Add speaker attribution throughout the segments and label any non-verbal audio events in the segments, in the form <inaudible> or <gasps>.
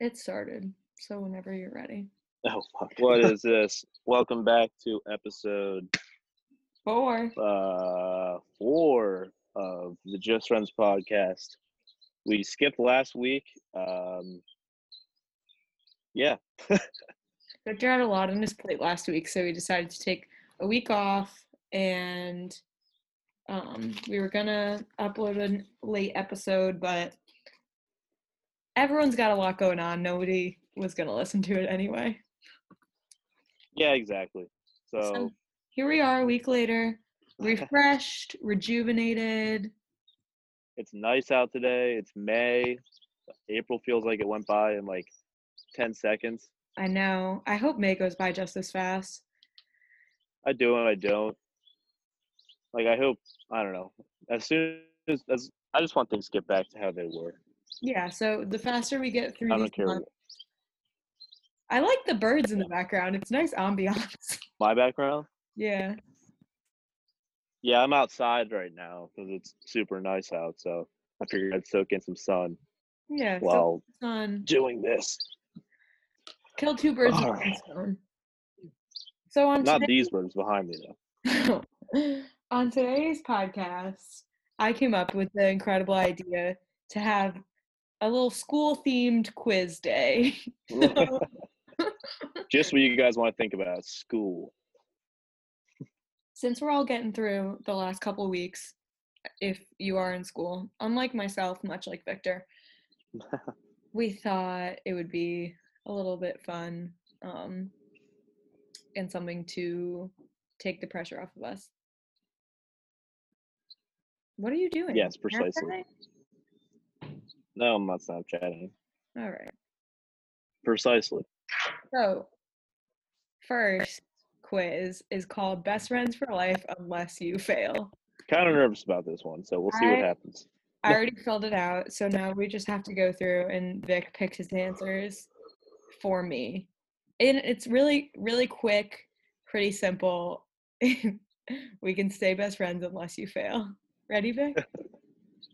Speaker 1: It started. So whenever you're ready.
Speaker 2: Oh, fuck. what is this? Welcome back to episode
Speaker 1: Four.
Speaker 2: uh, four of the Just Runs podcast. We skipped last week. Um, yeah,
Speaker 1: Victor had a lot on his plate last week, so we decided to take a week off and um, we were gonna upload a n- late episode, but everyone's got a lot going on. Nobody was gonna listen to it anyway.
Speaker 2: yeah, exactly. So
Speaker 1: here we are a week later, refreshed, rejuvenated.
Speaker 2: it's nice out today. It's May. April feels like it went by in like 10 seconds.
Speaker 1: I know. I hope May goes by just as fast.
Speaker 2: I do and I don't. Like, I hope, I don't know. As soon as, as I just want things to get back to how they were.
Speaker 1: Yeah, so the faster we get through
Speaker 2: I don't
Speaker 1: these
Speaker 2: care.
Speaker 1: months- I like the birds in the background. It's nice ambiance. <laughs>
Speaker 2: My background?
Speaker 1: yeah.
Speaker 2: Yeah, I'm outside right now because it's super nice out. So I figured I'd soak in some sun
Speaker 1: Yeah. so
Speaker 2: while
Speaker 1: it's on
Speaker 2: doing this.
Speaker 1: kill two birds with one
Speaker 2: Alright.
Speaker 1: stone. So on
Speaker 2: Not
Speaker 1: today-
Speaker 2: these birds behind me though.
Speaker 1: <laughs> on today's podcast, I came up with the incredible idea to have a little school themed quiz day. <laughs>
Speaker 2: Just what you guys want to think about school.
Speaker 1: since we're all getting through the last couple weeks, if you are in school, unlike myself, much like
Speaker 2: <laughs>
Speaker 1: Victor, we thought it would be a little bit fun um, and something to take the pressure off of us. What are you doing?
Speaker 2: Yes, precisely.
Speaker 1: Snapchatting?
Speaker 2: No, I'm not Snapchatting.
Speaker 1: All right.
Speaker 2: Precisely.
Speaker 1: So, first quiz is called Best Friends for Life Unless You Fail.
Speaker 2: Kind of nervous about this one, so we'll see what
Speaker 1: I-
Speaker 2: happens.
Speaker 1: I already filled it out, so now we just have to go through and Vic picked his answers for me. And it's really, really quick, pretty simple. <laughs> we can stay best friends unless you fail. <laughs> Ready, Vic?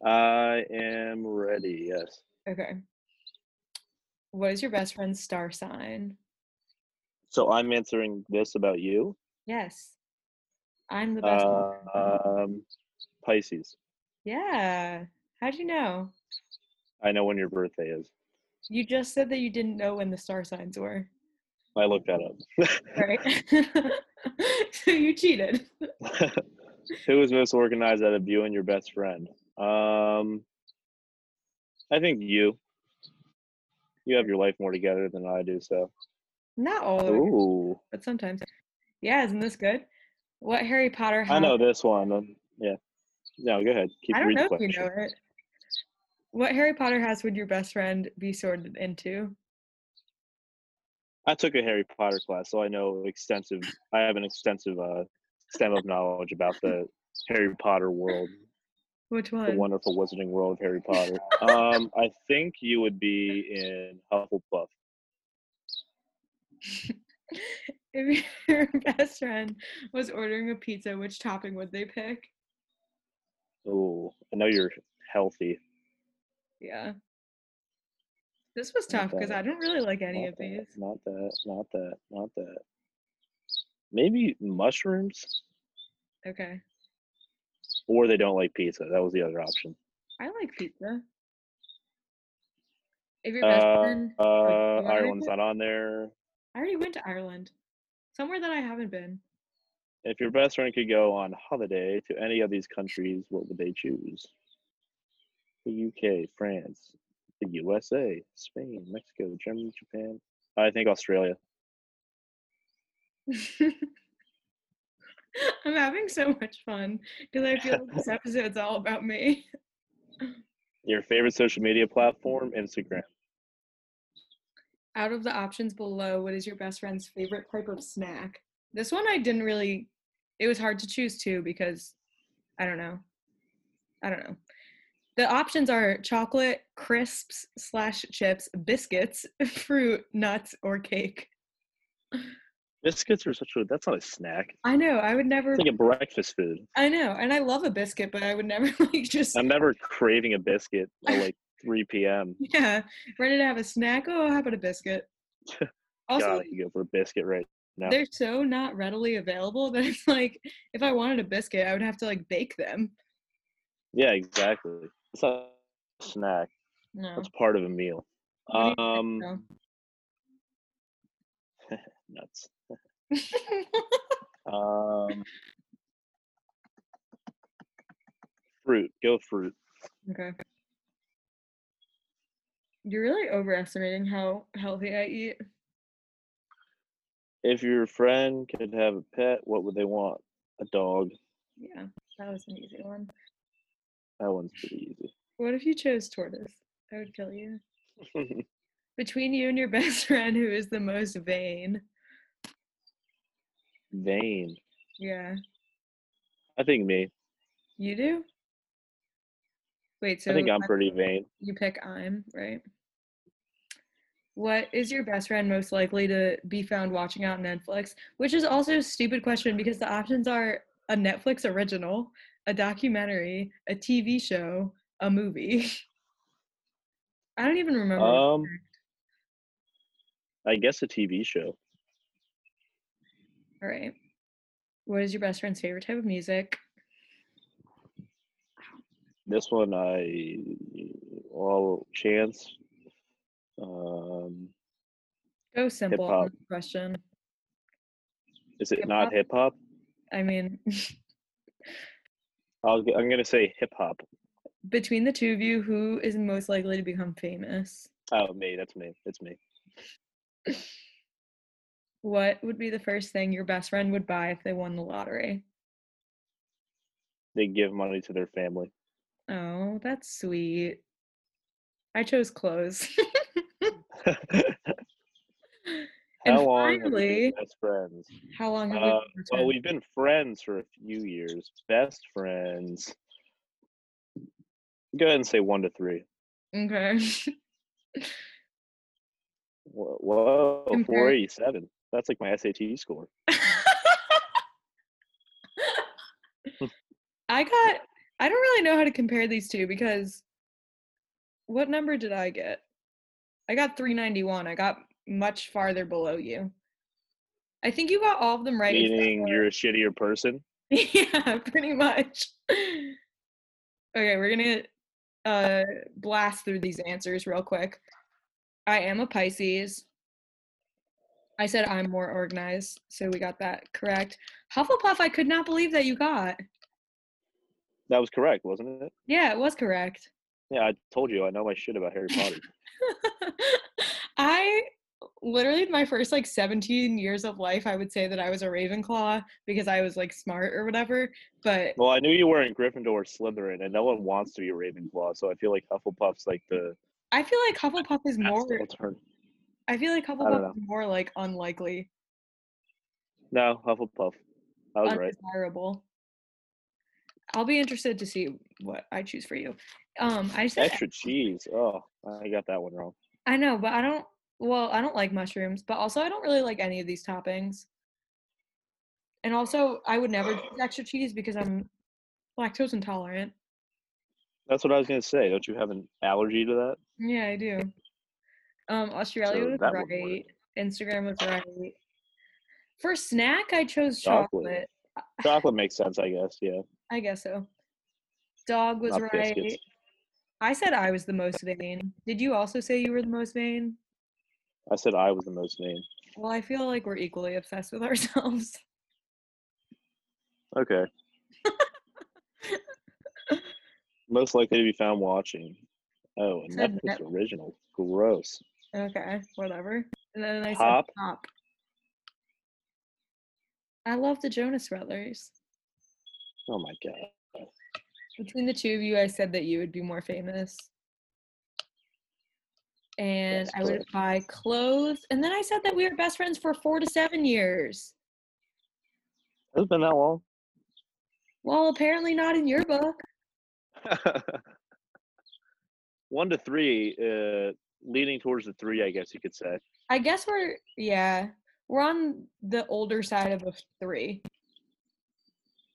Speaker 2: I am ready. Yes.
Speaker 1: Okay. What is your best friend's star sign?
Speaker 2: So I'm answering this about you.
Speaker 1: Yes. I'm the best.
Speaker 2: Uh, um, Pisces.
Speaker 1: yeah. How'd you know?
Speaker 2: I know when your birthday is.
Speaker 1: You just said that you didn't know when the star signs were,
Speaker 2: I looked that up.
Speaker 1: right? <laughs> so you cheated.
Speaker 2: <laughs> Who was most organized out of you and your best friend? Um, I think you. You have your life more together than I do, so.
Speaker 1: Not all of it.
Speaker 2: Ooh,
Speaker 1: but sometimes. Yeah, isn't this good? What Harry Potter house?
Speaker 2: I know this one. um, Yeah. No, go ahead. Keep
Speaker 1: Uh-huh. I don't
Speaker 2: reading
Speaker 1: know
Speaker 2: the
Speaker 1: if you know
Speaker 2: question.
Speaker 1: it. What Harry Potter house would your best friend be sorted into?
Speaker 2: I took a Harry Potter class, so I know extensive. I have an extensive uh, stem of knowledge about the Harry Potter world,
Speaker 1: Which
Speaker 2: the
Speaker 1: one?
Speaker 2: wonderful wizarding world of Harry Potter. Um, I think you would be in Hufflepuff.
Speaker 1: <laughs> If your <laughs> best friend was ordering a pizza, which topping would they pick?
Speaker 2: Ooh, I know you're healthy.
Speaker 1: Yeah. This was
Speaker 2: Not
Speaker 1: tough because
Speaker 2: bad.
Speaker 1: I don't really like any
Speaker 2: not
Speaker 1: of
Speaker 2: that,
Speaker 1: these.
Speaker 2: Not that, not that, not that. Maybe mushrooms,
Speaker 1: Okay.
Speaker 2: or they don't like pizza. That was the other option.
Speaker 1: I like pizza. If your best
Speaker 2: Uh,
Speaker 1: friend
Speaker 2: uh,
Speaker 1: wanna make
Speaker 2: Ireland's
Speaker 1: it?
Speaker 2: not on there.
Speaker 1: I already went to Ireland. Somewhere that I haven't been.
Speaker 2: If your best friend could go on holiday to any of these countries, what would they choose? The UK, France, the USA, Spain, Mexico, Germany, Japan. I think Australia.
Speaker 1: <laughs> I'm having so much fun because I feel like this episode's all about me.
Speaker 2: Your favorite social media platform, Instagram.
Speaker 1: Out of the options below, what is your best friend's favorite type of snack? This one I didn't really, it was hard to choose two because I don't know. I don't know. The options are chocolate, crisps slash chips, biscuits, <laughs> fruit, nuts, or cake.
Speaker 2: Biscuits are such a that's not a snack.
Speaker 1: I know, I would never,
Speaker 2: It's like a breakfast food.
Speaker 1: I know, and I love a biscuit, but I would never <laughs> like just, <laughs>
Speaker 2: I'm never craving a biscuit. I like 3 p.m.
Speaker 1: Yeah, ready to have a snack? Oh, how about a
Speaker 2: <laughs>
Speaker 1: biscuit? also,
Speaker 2: God, you go for a biscuit right now.
Speaker 1: they're so not readily available that it's like if I wanted a biscuit, I would have to like bake them.
Speaker 2: Yeah, exactly. It's not a snack.
Speaker 1: No.
Speaker 2: That's part of a meal.
Speaker 1: What do you
Speaker 2: Um,
Speaker 1: think, though?
Speaker 2: nuts.
Speaker 1: <laughs>
Speaker 2: Um, fruit. Go fruit.
Speaker 1: okay. You're really overestimating how healthy I eat.
Speaker 2: If your friend could have a pet, what would they want? A dog.
Speaker 1: Yeah, that was an easy one.
Speaker 2: That one's pretty
Speaker 1: What if you chose tortoise? I would kill
Speaker 2: <laughs>
Speaker 1: you.
Speaker 2: easy.
Speaker 1: Between you and your <laughs> best friend, who is the most vain?
Speaker 2: Vain.
Speaker 1: Yeah,
Speaker 2: I think me.
Speaker 1: you do. Wait, so
Speaker 2: I think I'm pretty vain.
Speaker 1: you pick I'm right. What is your best friend most likely to be found watching out on Netflix? Which is also a stupid question because the options are a Netflix original, a documentary, a TV show, a movie. <laughs> I don't even remember.
Speaker 2: Um, I guess a TV show.
Speaker 1: All right. What is your best friend's favorite type of music?
Speaker 2: This one, I all chance. Um,
Speaker 1: Go simple on
Speaker 2: Hip-hop.
Speaker 1: the question.
Speaker 2: is it not hip hop?
Speaker 1: I mean, <laughs>
Speaker 2: I'll, g- I'm gonna say hip hop.
Speaker 1: between the two of you, who is most likely to become famous?
Speaker 2: Oh, me. That's me. It's me.
Speaker 1: What would be the first thing your best friend would buy if they won the lottery?
Speaker 2: They give money to their family.
Speaker 1: Oh, that's sweet. I chose clothes. <laughs>
Speaker 2: How
Speaker 1: And
Speaker 2: long have we
Speaker 1: finally-
Speaker 2: been best friends?
Speaker 1: How long have we
Speaker 2: Uh,
Speaker 1: been
Speaker 2: Well,
Speaker 1: friends?
Speaker 2: we've been friends for a few years. Best friends. Go ahead and say one to three.
Speaker 1: Okay. <laughs>
Speaker 2: Whoa, whoa
Speaker 1: Compare-
Speaker 2: 487. That's like my SAT score. Hmm.
Speaker 1: I got I don't really know how to compare these two because what number did I get? I got 391. I got much farther below you. I think you got all of them right. except
Speaker 2: Meaning
Speaker 1: for-
Speaker 2: you're a shittier person.
Speaker 1: <laughs> yeah, pretty much. Okay, we're gonna uh blast through these answers real quick. I am a Pisces. I said I'm more organized, so we got that correct. Hufflepuff, I could not believe that you got.
Speaker 2: That was correct, wasn't it?
Speaker 1: Yeah, it was correct. <laughs>
Speaker 2: Yeah, I told you. I know my shit about Harry Potter.
Speaker 1: I literally my first like 17 years of life, I would say that I was a Ravenclaw because I was like smart or whatever, but
Speaker 2: well, I knew you were in Gryffindor or Slytherin, and no one wants to be Ravenclaw, so I feel like Hufflepuff's like the
Speaker 1: I feel like Hufflepuff is more
Speaker 2: turn.
Speaker 1: I feel like
Speaker 2: know.
Speaker 1: Hufflepuff is more like unlikely,
Speaker 2: No, Hufflepuff. I
Speaker 1: Uh, <laughs>
Speaker 2: was right.
Speaker 1: undesirable. I'll be interested to see what I choose for you. Um, I said
Speaker 2: Extra cheese. Oh, I got that one wrong.
Speaker 1: I know, but I don't. Well, I don't like mushrooms, but also I don't really like any of these toppings. And also, I would
Speaker 2: <gasps>
Speaker 1: never choose extra cheese because I'm lactose intolerant.
Speaker 2: That's what I was gonna say. Don't you have an allergy to that?
Speaker 1: Yeah, I do. Um, Australia
Speaker 2: So
Speaker 1: was
Speaker 2: that wouldn't work.
Speaker 1: right. Instagram was right. For snack, I chose
Speaker 2: Chocolate.
Speaker 1: chocolate.
Speaker 2: Chocolate makes sense, I guess. Yeah.
Speaker 1: I guess so. Dog was
Speaker 2: Not
Speaker 1: right.
Speaker 2: biscuits.
Speaker 1: I said I was the most vain. Did you also say you were the most vain?
Speaker 2: I said I was the most vain.
Speaker 1: Well, I feel like we're equally obsessed with <laughs> ourselves.
Speaker 2: Okay. most likely to be found watching. Oh, a
Speaker 1: Said
Speaker 2: Netflix original. Gross.
Speaker 1: Okay, whatever. And then I said
Speaker 2: Pop.
Speaker 1: pop. I love the Jonas Brothers.
Speaker 2: Oh my god.
Speaker 1: Between the two of you, I said that you would be more famous. And
Speaker 2: Yes,
Speaker 1: I would
Speaker 2: correct.
Speaker 1: buy clothes. And then I said that we were best friends for four to seven years.
Speaker 2: Has it been that long?
Speaker 1: Well, apparently not in your book.
Speaker 2: <laughs> One to three, uh, leaning towards the three, I guess you could say.
Speaker 1: I guess we're yeah, we're on the older side of a three.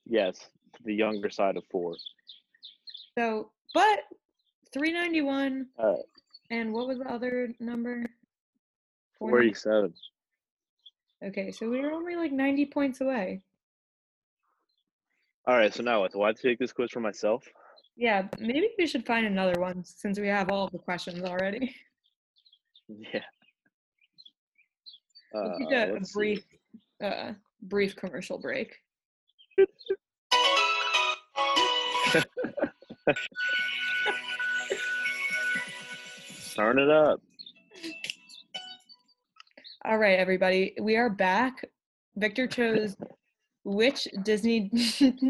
Speaker 2: Yes, the younger side of four.
Speaker 1: So, but 391.
Speaker 2: All right.
Speaker 1: And what was the other number? Four nine-
Speaker 2: 47.
Speaker 1: Okay, so we were only like 90 points away.
Speaker 2: All right, so now what? Do I take this quiz for myself? <laughs>
Speaker 1: Yeah, maybe we should find another one since we have all the questions already. <laughs>
Speaker 2: Yeah.
Speaker 1: Let's take
Speaker 2: Uh,
Speaker 1: a- a,
Speaker 2: let's see.
Speaker 1: brief, uh, brief commercial break.
Speaker 2: Turn it up.
Speaker 1: All right, everybody, we are back. Victor chose which Disney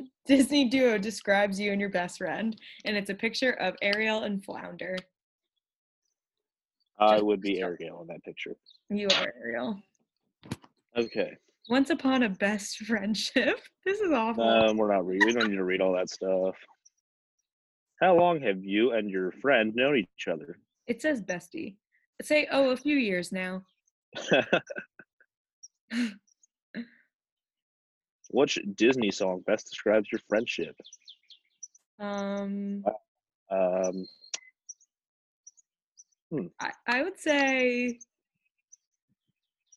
Speaker 1: <laughs> Disney duo describes you and your best friend, and it's a picture of Ariel and Flounder.
Speaker 2: I
Speaker 1: Just-
Speaker 2: would be Ariel in that picture.
Speaker 1: You are Ariel.
Speaker 2: Okay.
Speaker 1: Once upon a best friendship. <laughs> This is awful.
Speaker 2: Um, we're not read. We don't need to read all that stuff. How long have you and your friend known each other?
Speaker 1: It says bestie. Say, oh, a few years now.
Speaker 2: Which Disney song best describes your friendship?
Speaker 1: Um,
Speaker 2: Um,
Speaker 1: I, I would say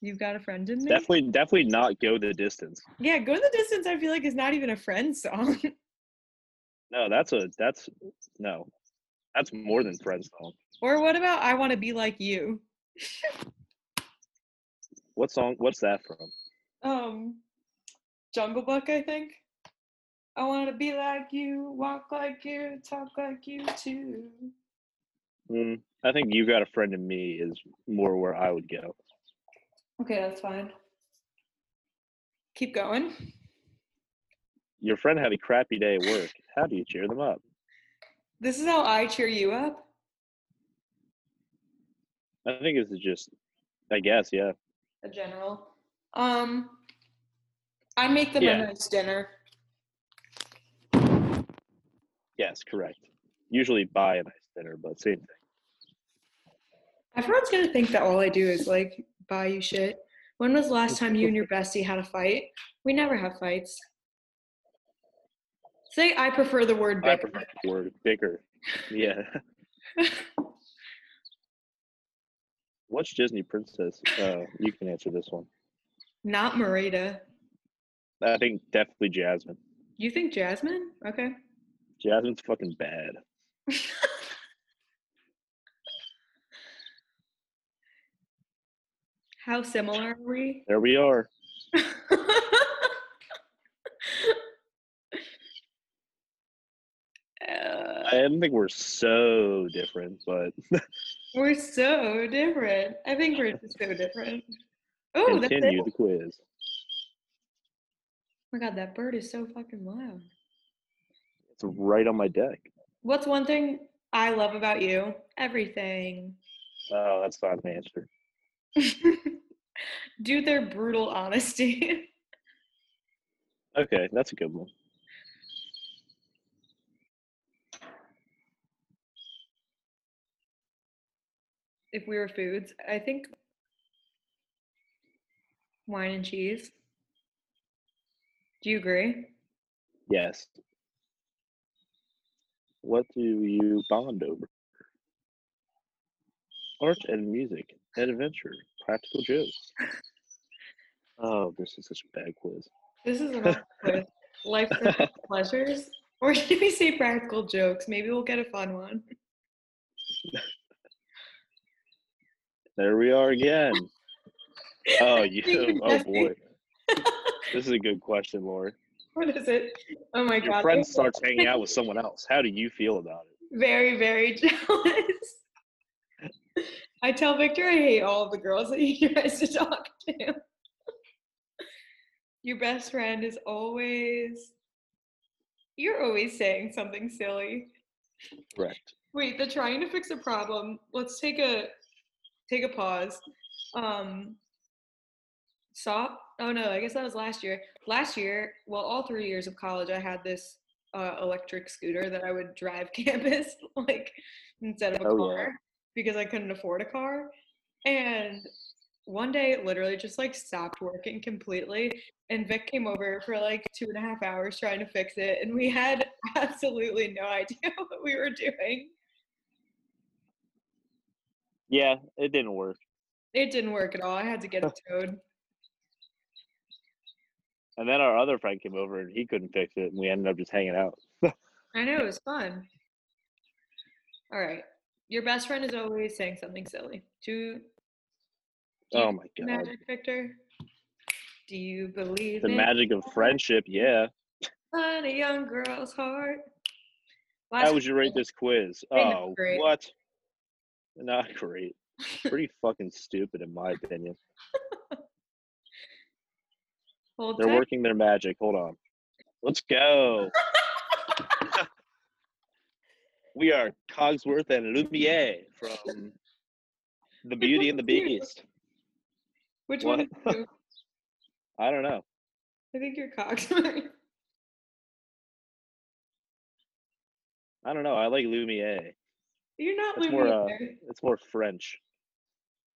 Speaker 1: you've got a friend in me.
Speaker 2: definitely, definitely not go the distance.
Speaker 1: Yeah, go the distance. I feel like is not even a friend song. <laughs>
Speaker 2: No, that's a that's no, that's more than friends song.
Speaker 1: or what about I want to be like you?
Speaker 2: What song? What's that from?
Speaker 1: Um, Jungle Book, I think. I want to be like you, walk like you, talk like you too.
Speaker 2: Mm, I think you got a friend in me is more where I would go.
Speaker 1: Okay, that's fine. Keep going.
Speaker 2: Your friend had a crappy day at work. How do you cheer them up?
Speaker 1: This is how I cheer you up.
Speaker 2: I think this is just, I guess, yeah.
Speaker 1: a general. Um, I make them
Speaker 2: Yeah.
Speaker 1: a nice dinner.
Speaker 2: Yes, correct. Usually buy a nice dinner, but same thing.
Speaker 1: Everyone's gonna think that all I do is like buy you shit. When was the last time you and your bestie had a fight? We never have fights. Say I prefer the word
Speaker 2: I
Speaker 1: bicker.
Speaker 2: prefer the word bigger. Yeah. Which Disney princess? Uh, you can answer this one.
Speaker 1: Not Marita.
Speaker 2: I think definitely Jasmine.
Speaker 1: You think Jasmine? Okay.
Speaker 2: Jasmine's fucking bad.
Speaker 1: How similar are we? <laughs>
Speaker 2: There we are.
Speaker 1: Uh,
Speaker 2: I didn't think we're so different, but
Speaker 1: We're so different. I think we're just so different. Oh, that's it.
Speaker 2: continue
Speaker 1: Oh
Speaker 2: the quiz.
Speaker 1: my god, that bird is so fucking loud.
Speaker 2: It's right on my deck.
Speaker 1: What's one thing I love about you? Everything. <laughs>
Speaker 2: Oh, that's not an answer.
Speaker 1: Do their brutal honesty. <laughs>
Speaker 2: Okay, that's a good one.
Speaker 1: if we were foods, I think wine and cheese. Do you agree?
Speaker 2: Yes. What do you bond over? Art and music, adventure, practical
Speaker 1: <laughs>
Speaker 2: jokes. Oh, this is such a bad quiz.
Speaker 1: This is an awkward quiz.
Speaker 2: <laughs>
Speaker 1: Lifetime pleasures? Or <laughs> should we say practical jokes? Maybe we'll get a fun one. <laughs>
Speaker 2: There we are
Speaker 1: <laughs>
Speaker 2: again. Oh, you.
Speaker 1: you,
Speaker 2: Oh,
Speaker 1: Jesse. <laughs>
Speaker 2: boy. This is a good question, Lori.
Speaker 1: What is it? Oh my
Speaker 2: Your
Speaker 1: god.
Speaker 2: friend
Speaker 1: I'm
Speaker 2: starts hanging out with someone else. How do you feel about it?
Speaker 1: very, very <laughs> jealous. I tell Victor I hate all the girls that he <laughs> tries to talk to. Your best friend is always you're always saying something silly.
Speaker 2: Correct.
Speaker 1: Wait, the trying to fix a problem. Let's take a take a pause. Um saw oh no, I guess that was last year. Last year, well all three years of college I had this uh, electric scooter that I would drive <laughs> campus like instead of a
Speaker 2: Oh, yeah.
Speaker 1: car because I couldn't afford a car. And one day it literally just like stopped working completely and Vic came over for like two and a half hours <laughs> trying to fix it, and we had absolutely no idea what we were doing.
Speaker 2: Yeah, it didn't work.
Speaker 1: It didn't work at all. I had to get a toad.
Speaker 2: And then our other friend came over and he couldn't fix it, and we ended up just hanging out.
Speaker 1: I know it was fun. All right. Your best friend is always saying something silly. Do, do
Speaker 2: Oh my
Speaker 1: you
Speaker 2: god.
Speaker 1: magic, Victor? Do you believe
Speaker 2: The
Speaker 1: in
Speaker 2: magic of friendship, yeah.
Speaker 1: on a young girl's heart?
Speaker 2: How would you rate this
Speaker 1: <laughs>
Speaker 2: quiz?
Speaker 1: Kind of
Speaker 2: Oh,
Speaker 1: great.
Speaker 2: what? Not great. Pretty fucking stupid, in my opinion.
Speaker 1: hold
Speaker 2: They're
Speaker 1: tight.
Speaker 2: working their magic. Hold on. Let's
Speaker 1: <laughs>
Speaker 2: go. we are Cogsworth and Lumiere from The Beauty and the
Speaker 1: one's you?
Speaker 2: Beast.
Speaker 1: Which one? is
Speaker 2: What? <laughs>
Speaker 1: you?
Speaker 2: I don't know.
Speaker 1: I think you're <laughs> cocked.
Speaker 2: I don't know. I like Lumiere.
Speaker 1: you're not
Speaker 2: That's more, uh,
Speaker 1: Lumiere.
Speaker 2: It's more French.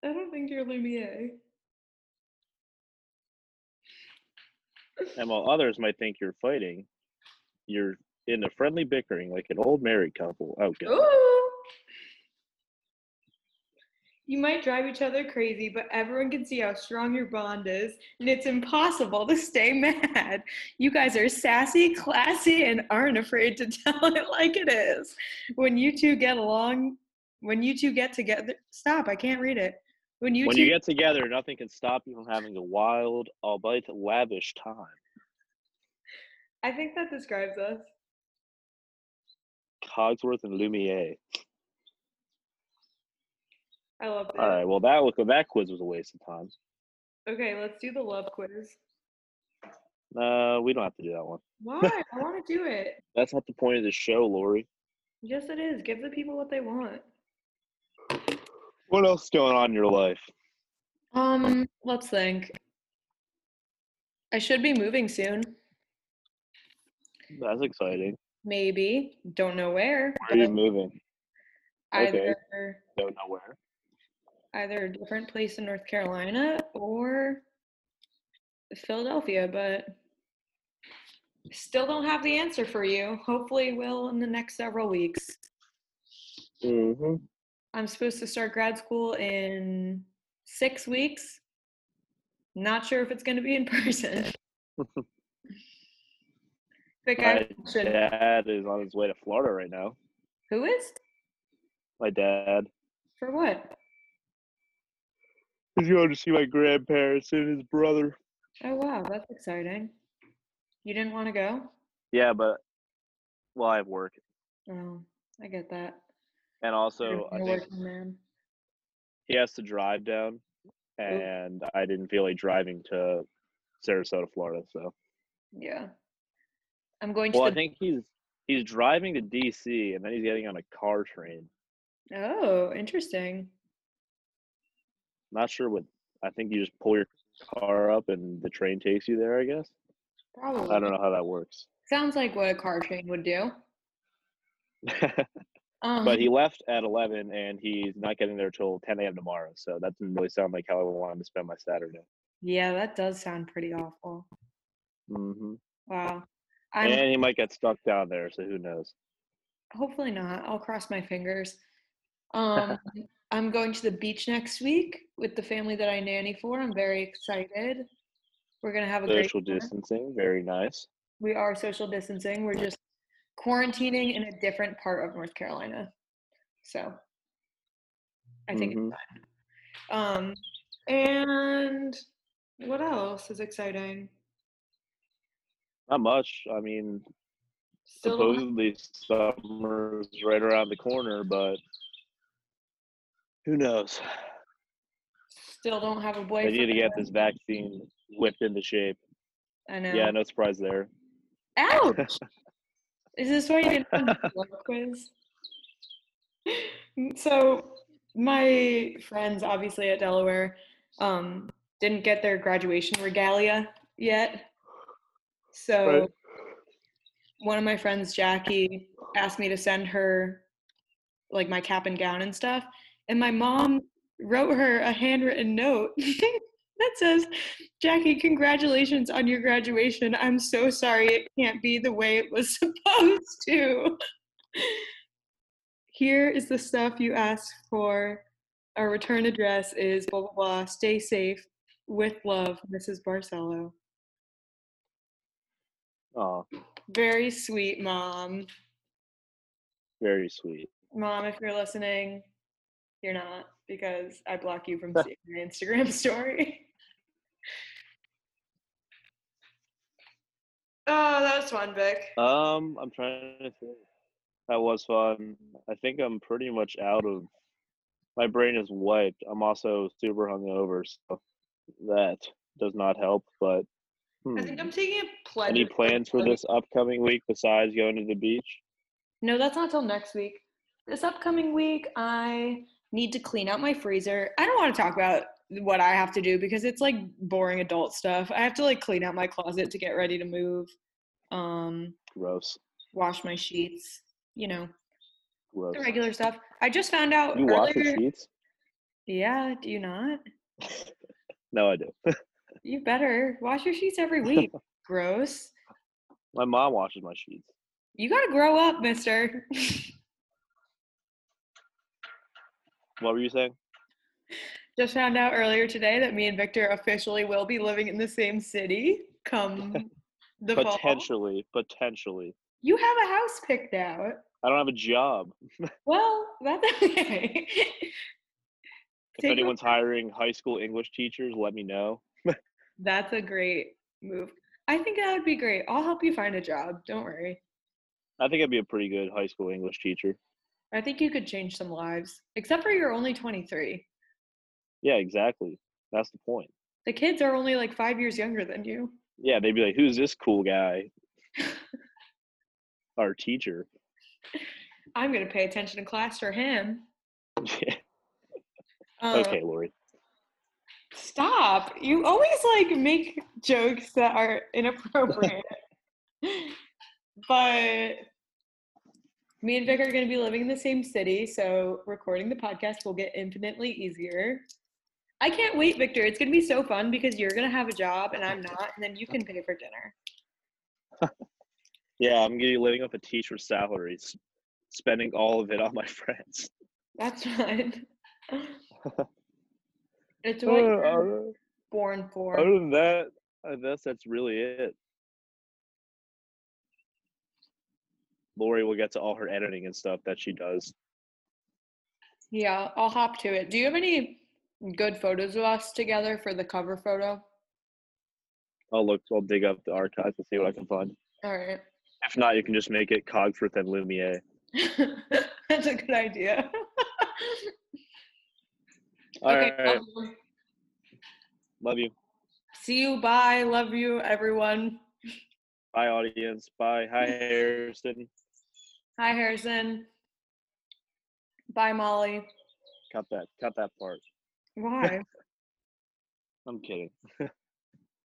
Speaker 1: I don't think you're Lumiere.
Speaker 2: And while others might think you're fighting, you're in a friendly bickering like an old married couple. Oh, God.
Speaker 1: Ooh. You might drive each other crazy, but everyone can see how strong your bond is, and it's impossible to stay mad. You guys are sassy, classy, and aren't afraid to <laughs> tell it like it is. When you two get along, when you two get together, stop, I can't read it. When you
Speaker 2: when
Speaker 1: two
Speaker 2: you get together, nothing can stop you from having a wild, albeit lavish time.
Speaker 1: I think that describes us.
Speaker 2: Cogsworth and Lumiere.
Speaker 1: I love that.
Speaker 2: All right. Well, that look that quiz was a waste of time.
Speaker 1: Okay, let's do the love
Speaker 2: <laughs>
Speaker 1: quiz.
Speaker 2: No, Uh, we don't have to do that one.
Speaker 1: Why? I want to do it.
Speaker 2: That's not the point of the show, Lori.
Speaker 1: Yes, it is. Give the people what they want.
Speaker 2: What else is going on in your life?
Speaker 1: Um, let's think. I should be moving soon.
Speaker 2: That's exciting.
Speaker 1: Maybe. Don't know where.
Speaker 2: Where are you moving?
Speaker 1: but
Speaker 2: okay.
Speaker 1: Either
Speaker 2: Don't know where.
Speaker 1: either a different place in North Carolina or Philadelphia, but still don't have the answer for you. Hopefully will in the next several weeks.
Speaker 2: Mm-hmm.
Speaker 1: I'm supposed to start grad school in six weeks. Not sure if it's going to be in person. Vic, I have a question.
Speaker 2: Dad is on his way to Florida right now.
Speaker 1: Who is?
Speaker 2: My dad.
Speaker 1: For what?
Speaker 2: He's going to see my grandparents and his brother.
Speaker 1: Oh, wow. That's exciting. You didn't want to go?
Speaker 2: Yeah, but well, I have work,
Speaker 1: Oh, I get that.
Speaker 2: and
Speaker 1: You're-
Speaker 2: also I
Speaker 1: you're a
Speaker 2: think
Speaker 1: working man.
Speaker 2: he has to drive down, and I didn't feel like driving to Sarasota, Florida. So
Speaker 1: Yeah. I'm going to
Speaker 2: well, I
Speaker 1: the.
Speaker 2: think he's he's driving to DC, and then he's getting on a car train.
Speaker 1: oh, interesting.
Speaker 2: Not sure what. I think you just pull your car up, and the train takes you there. I guess
Speaker 1: Probably.
Speaker 2: I don't know how that works. <laughs>
Speaker 1: Sounds like what a car train would do. Um,
Speaker 2: but he left at eleven, and he's not getting there till ten a.m. tomorrow. So that didn't really sound like how I wanted to spend my Saturday.
Speaker 1: yeah, that does sound pretty awful.
Speaker 2: hmm
Speaker 1: Wow. I'm
Speaker 2: And he might get stuck down there, so who knows?
Speaker 1: Hopefully not. I'll cross my
Speaker 2: <laughs>
Speaker 1: fingers. Um, I'm going to the beach next week with the family that I nanny for. I'm very excited. We're gonna have a great
Speaker 2: Social
Speaker 1: time.
Speaker 2: distancing, very nice.
Speaker 1: We are social distancing. We're just quarantining in a different part of North Carolina. So I think
Speaker 2: Mhm.
Speaker 1: it's fine. Um, and what else is exciting?
Speaker 2: Not much. I mean,
Speaker 1: Still don't have-
Speaker 2: supposedly summer's right around the corner, but who knows?
Speaker 1: still don't have a
Speaker 2: I
Speaker 1: boyfriend.
Speaker 2: need to get this vaccine whipped into shape.
Speaker 1: I know.
Speaker 2: Yeah, no surprise there.
Speaker 1: Ouch! Is this why you didn't have the blood quiz? Mm, So my friends, obviously at Delaware, um, didn't get their graduation regalia yet. So
Speaker 2: Right.
Speaker 1: one of my friends, Jackie, asked me to send her like my cap and gown and stuff, and my mom wrote her a handwritten note <laughs> that says Jackie, congratulations on your graduation. I'm so sorry it can't be the way it was <laughs> supposed to. Here is the stuff you asked for. Our return address is blah, blah, blah. Stay safe. With love, Mrs. Barcelo.
Speaker 2: Oh,
Speaker 1: Very sweet, mom.
Speaker 2: very sweet.
Speaker 1: Mom, if you're listening, you're not because I block you from seeing my Instagram <laughs> story. oh, that was fun, Vic.
Speaker 2: Um, I'm trying to think. That was fun. I think I'm pretty much out of. My brain is wiped. I'm also super hungover, so that does not help. But hmm.
Speaker 1: I think I'm taking a pledge.
Speaker 2: any plans for this upcoming week besides going to the beach?
Speaker 1: No, that's not till next week. This upcoming week, I need to clean out my freezer. I don't want to talk about what I have to do because it's like boring adult stuff. I have to like clean out my closet to get ready to move, um,
Speaker 2: Gross.
Speaker 1: wash my sheets, you know,
Speaker 2: Gross.
Speaker 1: the regular stuff. I just found out
Speaker 2: You wash your
Speaker 1: earlier-
Speaker 2: sheets?
Speaker 1: Yeah, do you not?
Speaker 2: No, I do.
Speaker 1: You better wash your sheets
Speaker 2: <laughs>
Speaker 1: every week. Gross.
Speaker 2: My mom washes my sheets.
Speaker 1: You gotta grow up, mister.
Speaker 2: What were you saying?
Speaker 1: Just found out earlier today that me and Victor officially will be living in the same city
Speaker 2: <laughs>
Speaker 1: come the fall.
Speaker 2: Potentially, potentially.
Speaker 1: You have a house picked out.
Speaker 2: I don't have a job.
Speaker 1: Well, that's <laughs> okay.
Speaker 2: If
Speaker 1: Take a-
Speaker 2: anyone's hiring high school English teachers, let me know.
Speaker 1: that's a great move. I think that would be great. I'll help you find a job. Don't worry.
Speaker 2: I think I'd be a pretty good high school English teacher.
Speaker 1: I think you could change some lives. Except for you're only 23.
Speaker 2: Yeah, exactly. That's the point.
Speaker 1: The kids are only like five years younger than you.
Speaker 2: Yeah, they'd be like, "Who's this
Speaker 1: <laughs>
Speaker 2: cool guy?" Our teacher.
Speaker 1: I'm gonna pay attention in class for
Speaker 2: <laughs>
Speaker 1: him. Um,
Speaker 2: okay, Lori.
Speaker 1: Stop. You always like make jokes that are inappropriate. but me and Vic are going to be living in the same city, so recording the podcast will get infinitely easier. I can't wait, Victor. It's going to be so fun because you're going to have a job and I'm not, and then you can pay for dinner.
Speaker 2: Yeah, I'm gonna be living off a teacher's salary, s- spending all of it on my <laughs> friends.
Speaker 1: That's fine. it's
Speaker 2: Uh,
Speaker 1: what you're
Speaker 2: other,
Speaker 1: born for.
Speaker 2: other than that, I guess that's really it. Lori will get to all her editing and stuff that she does.
Speaker 1: Yeah, I'll hop to it. Do you have any good photos of us together for the cover photo?
Speaker 2: I'll look. I'll dig up the archives and see what I can find.
Speaker 1: All right. <laughs>
Speaker 2: If not, you can just make it Cogsworth and Lumiere.
Speaker 1: That's a good idea.
Speaker 2: <laughs> All right.
Speaker 1: love you.
Speaker 2: Love you.
Speaker 1: um, See you. Bye. Love you, everyone.
Speaker 2: Bye, audience. Bye. Hi, Harrison.
Speaker 1: Hi, Harrison. Bye, Molly.
Speaker 2: Cut that. Cut that part.
Speaker 1: Why?
Speaker 2: I'm kidding.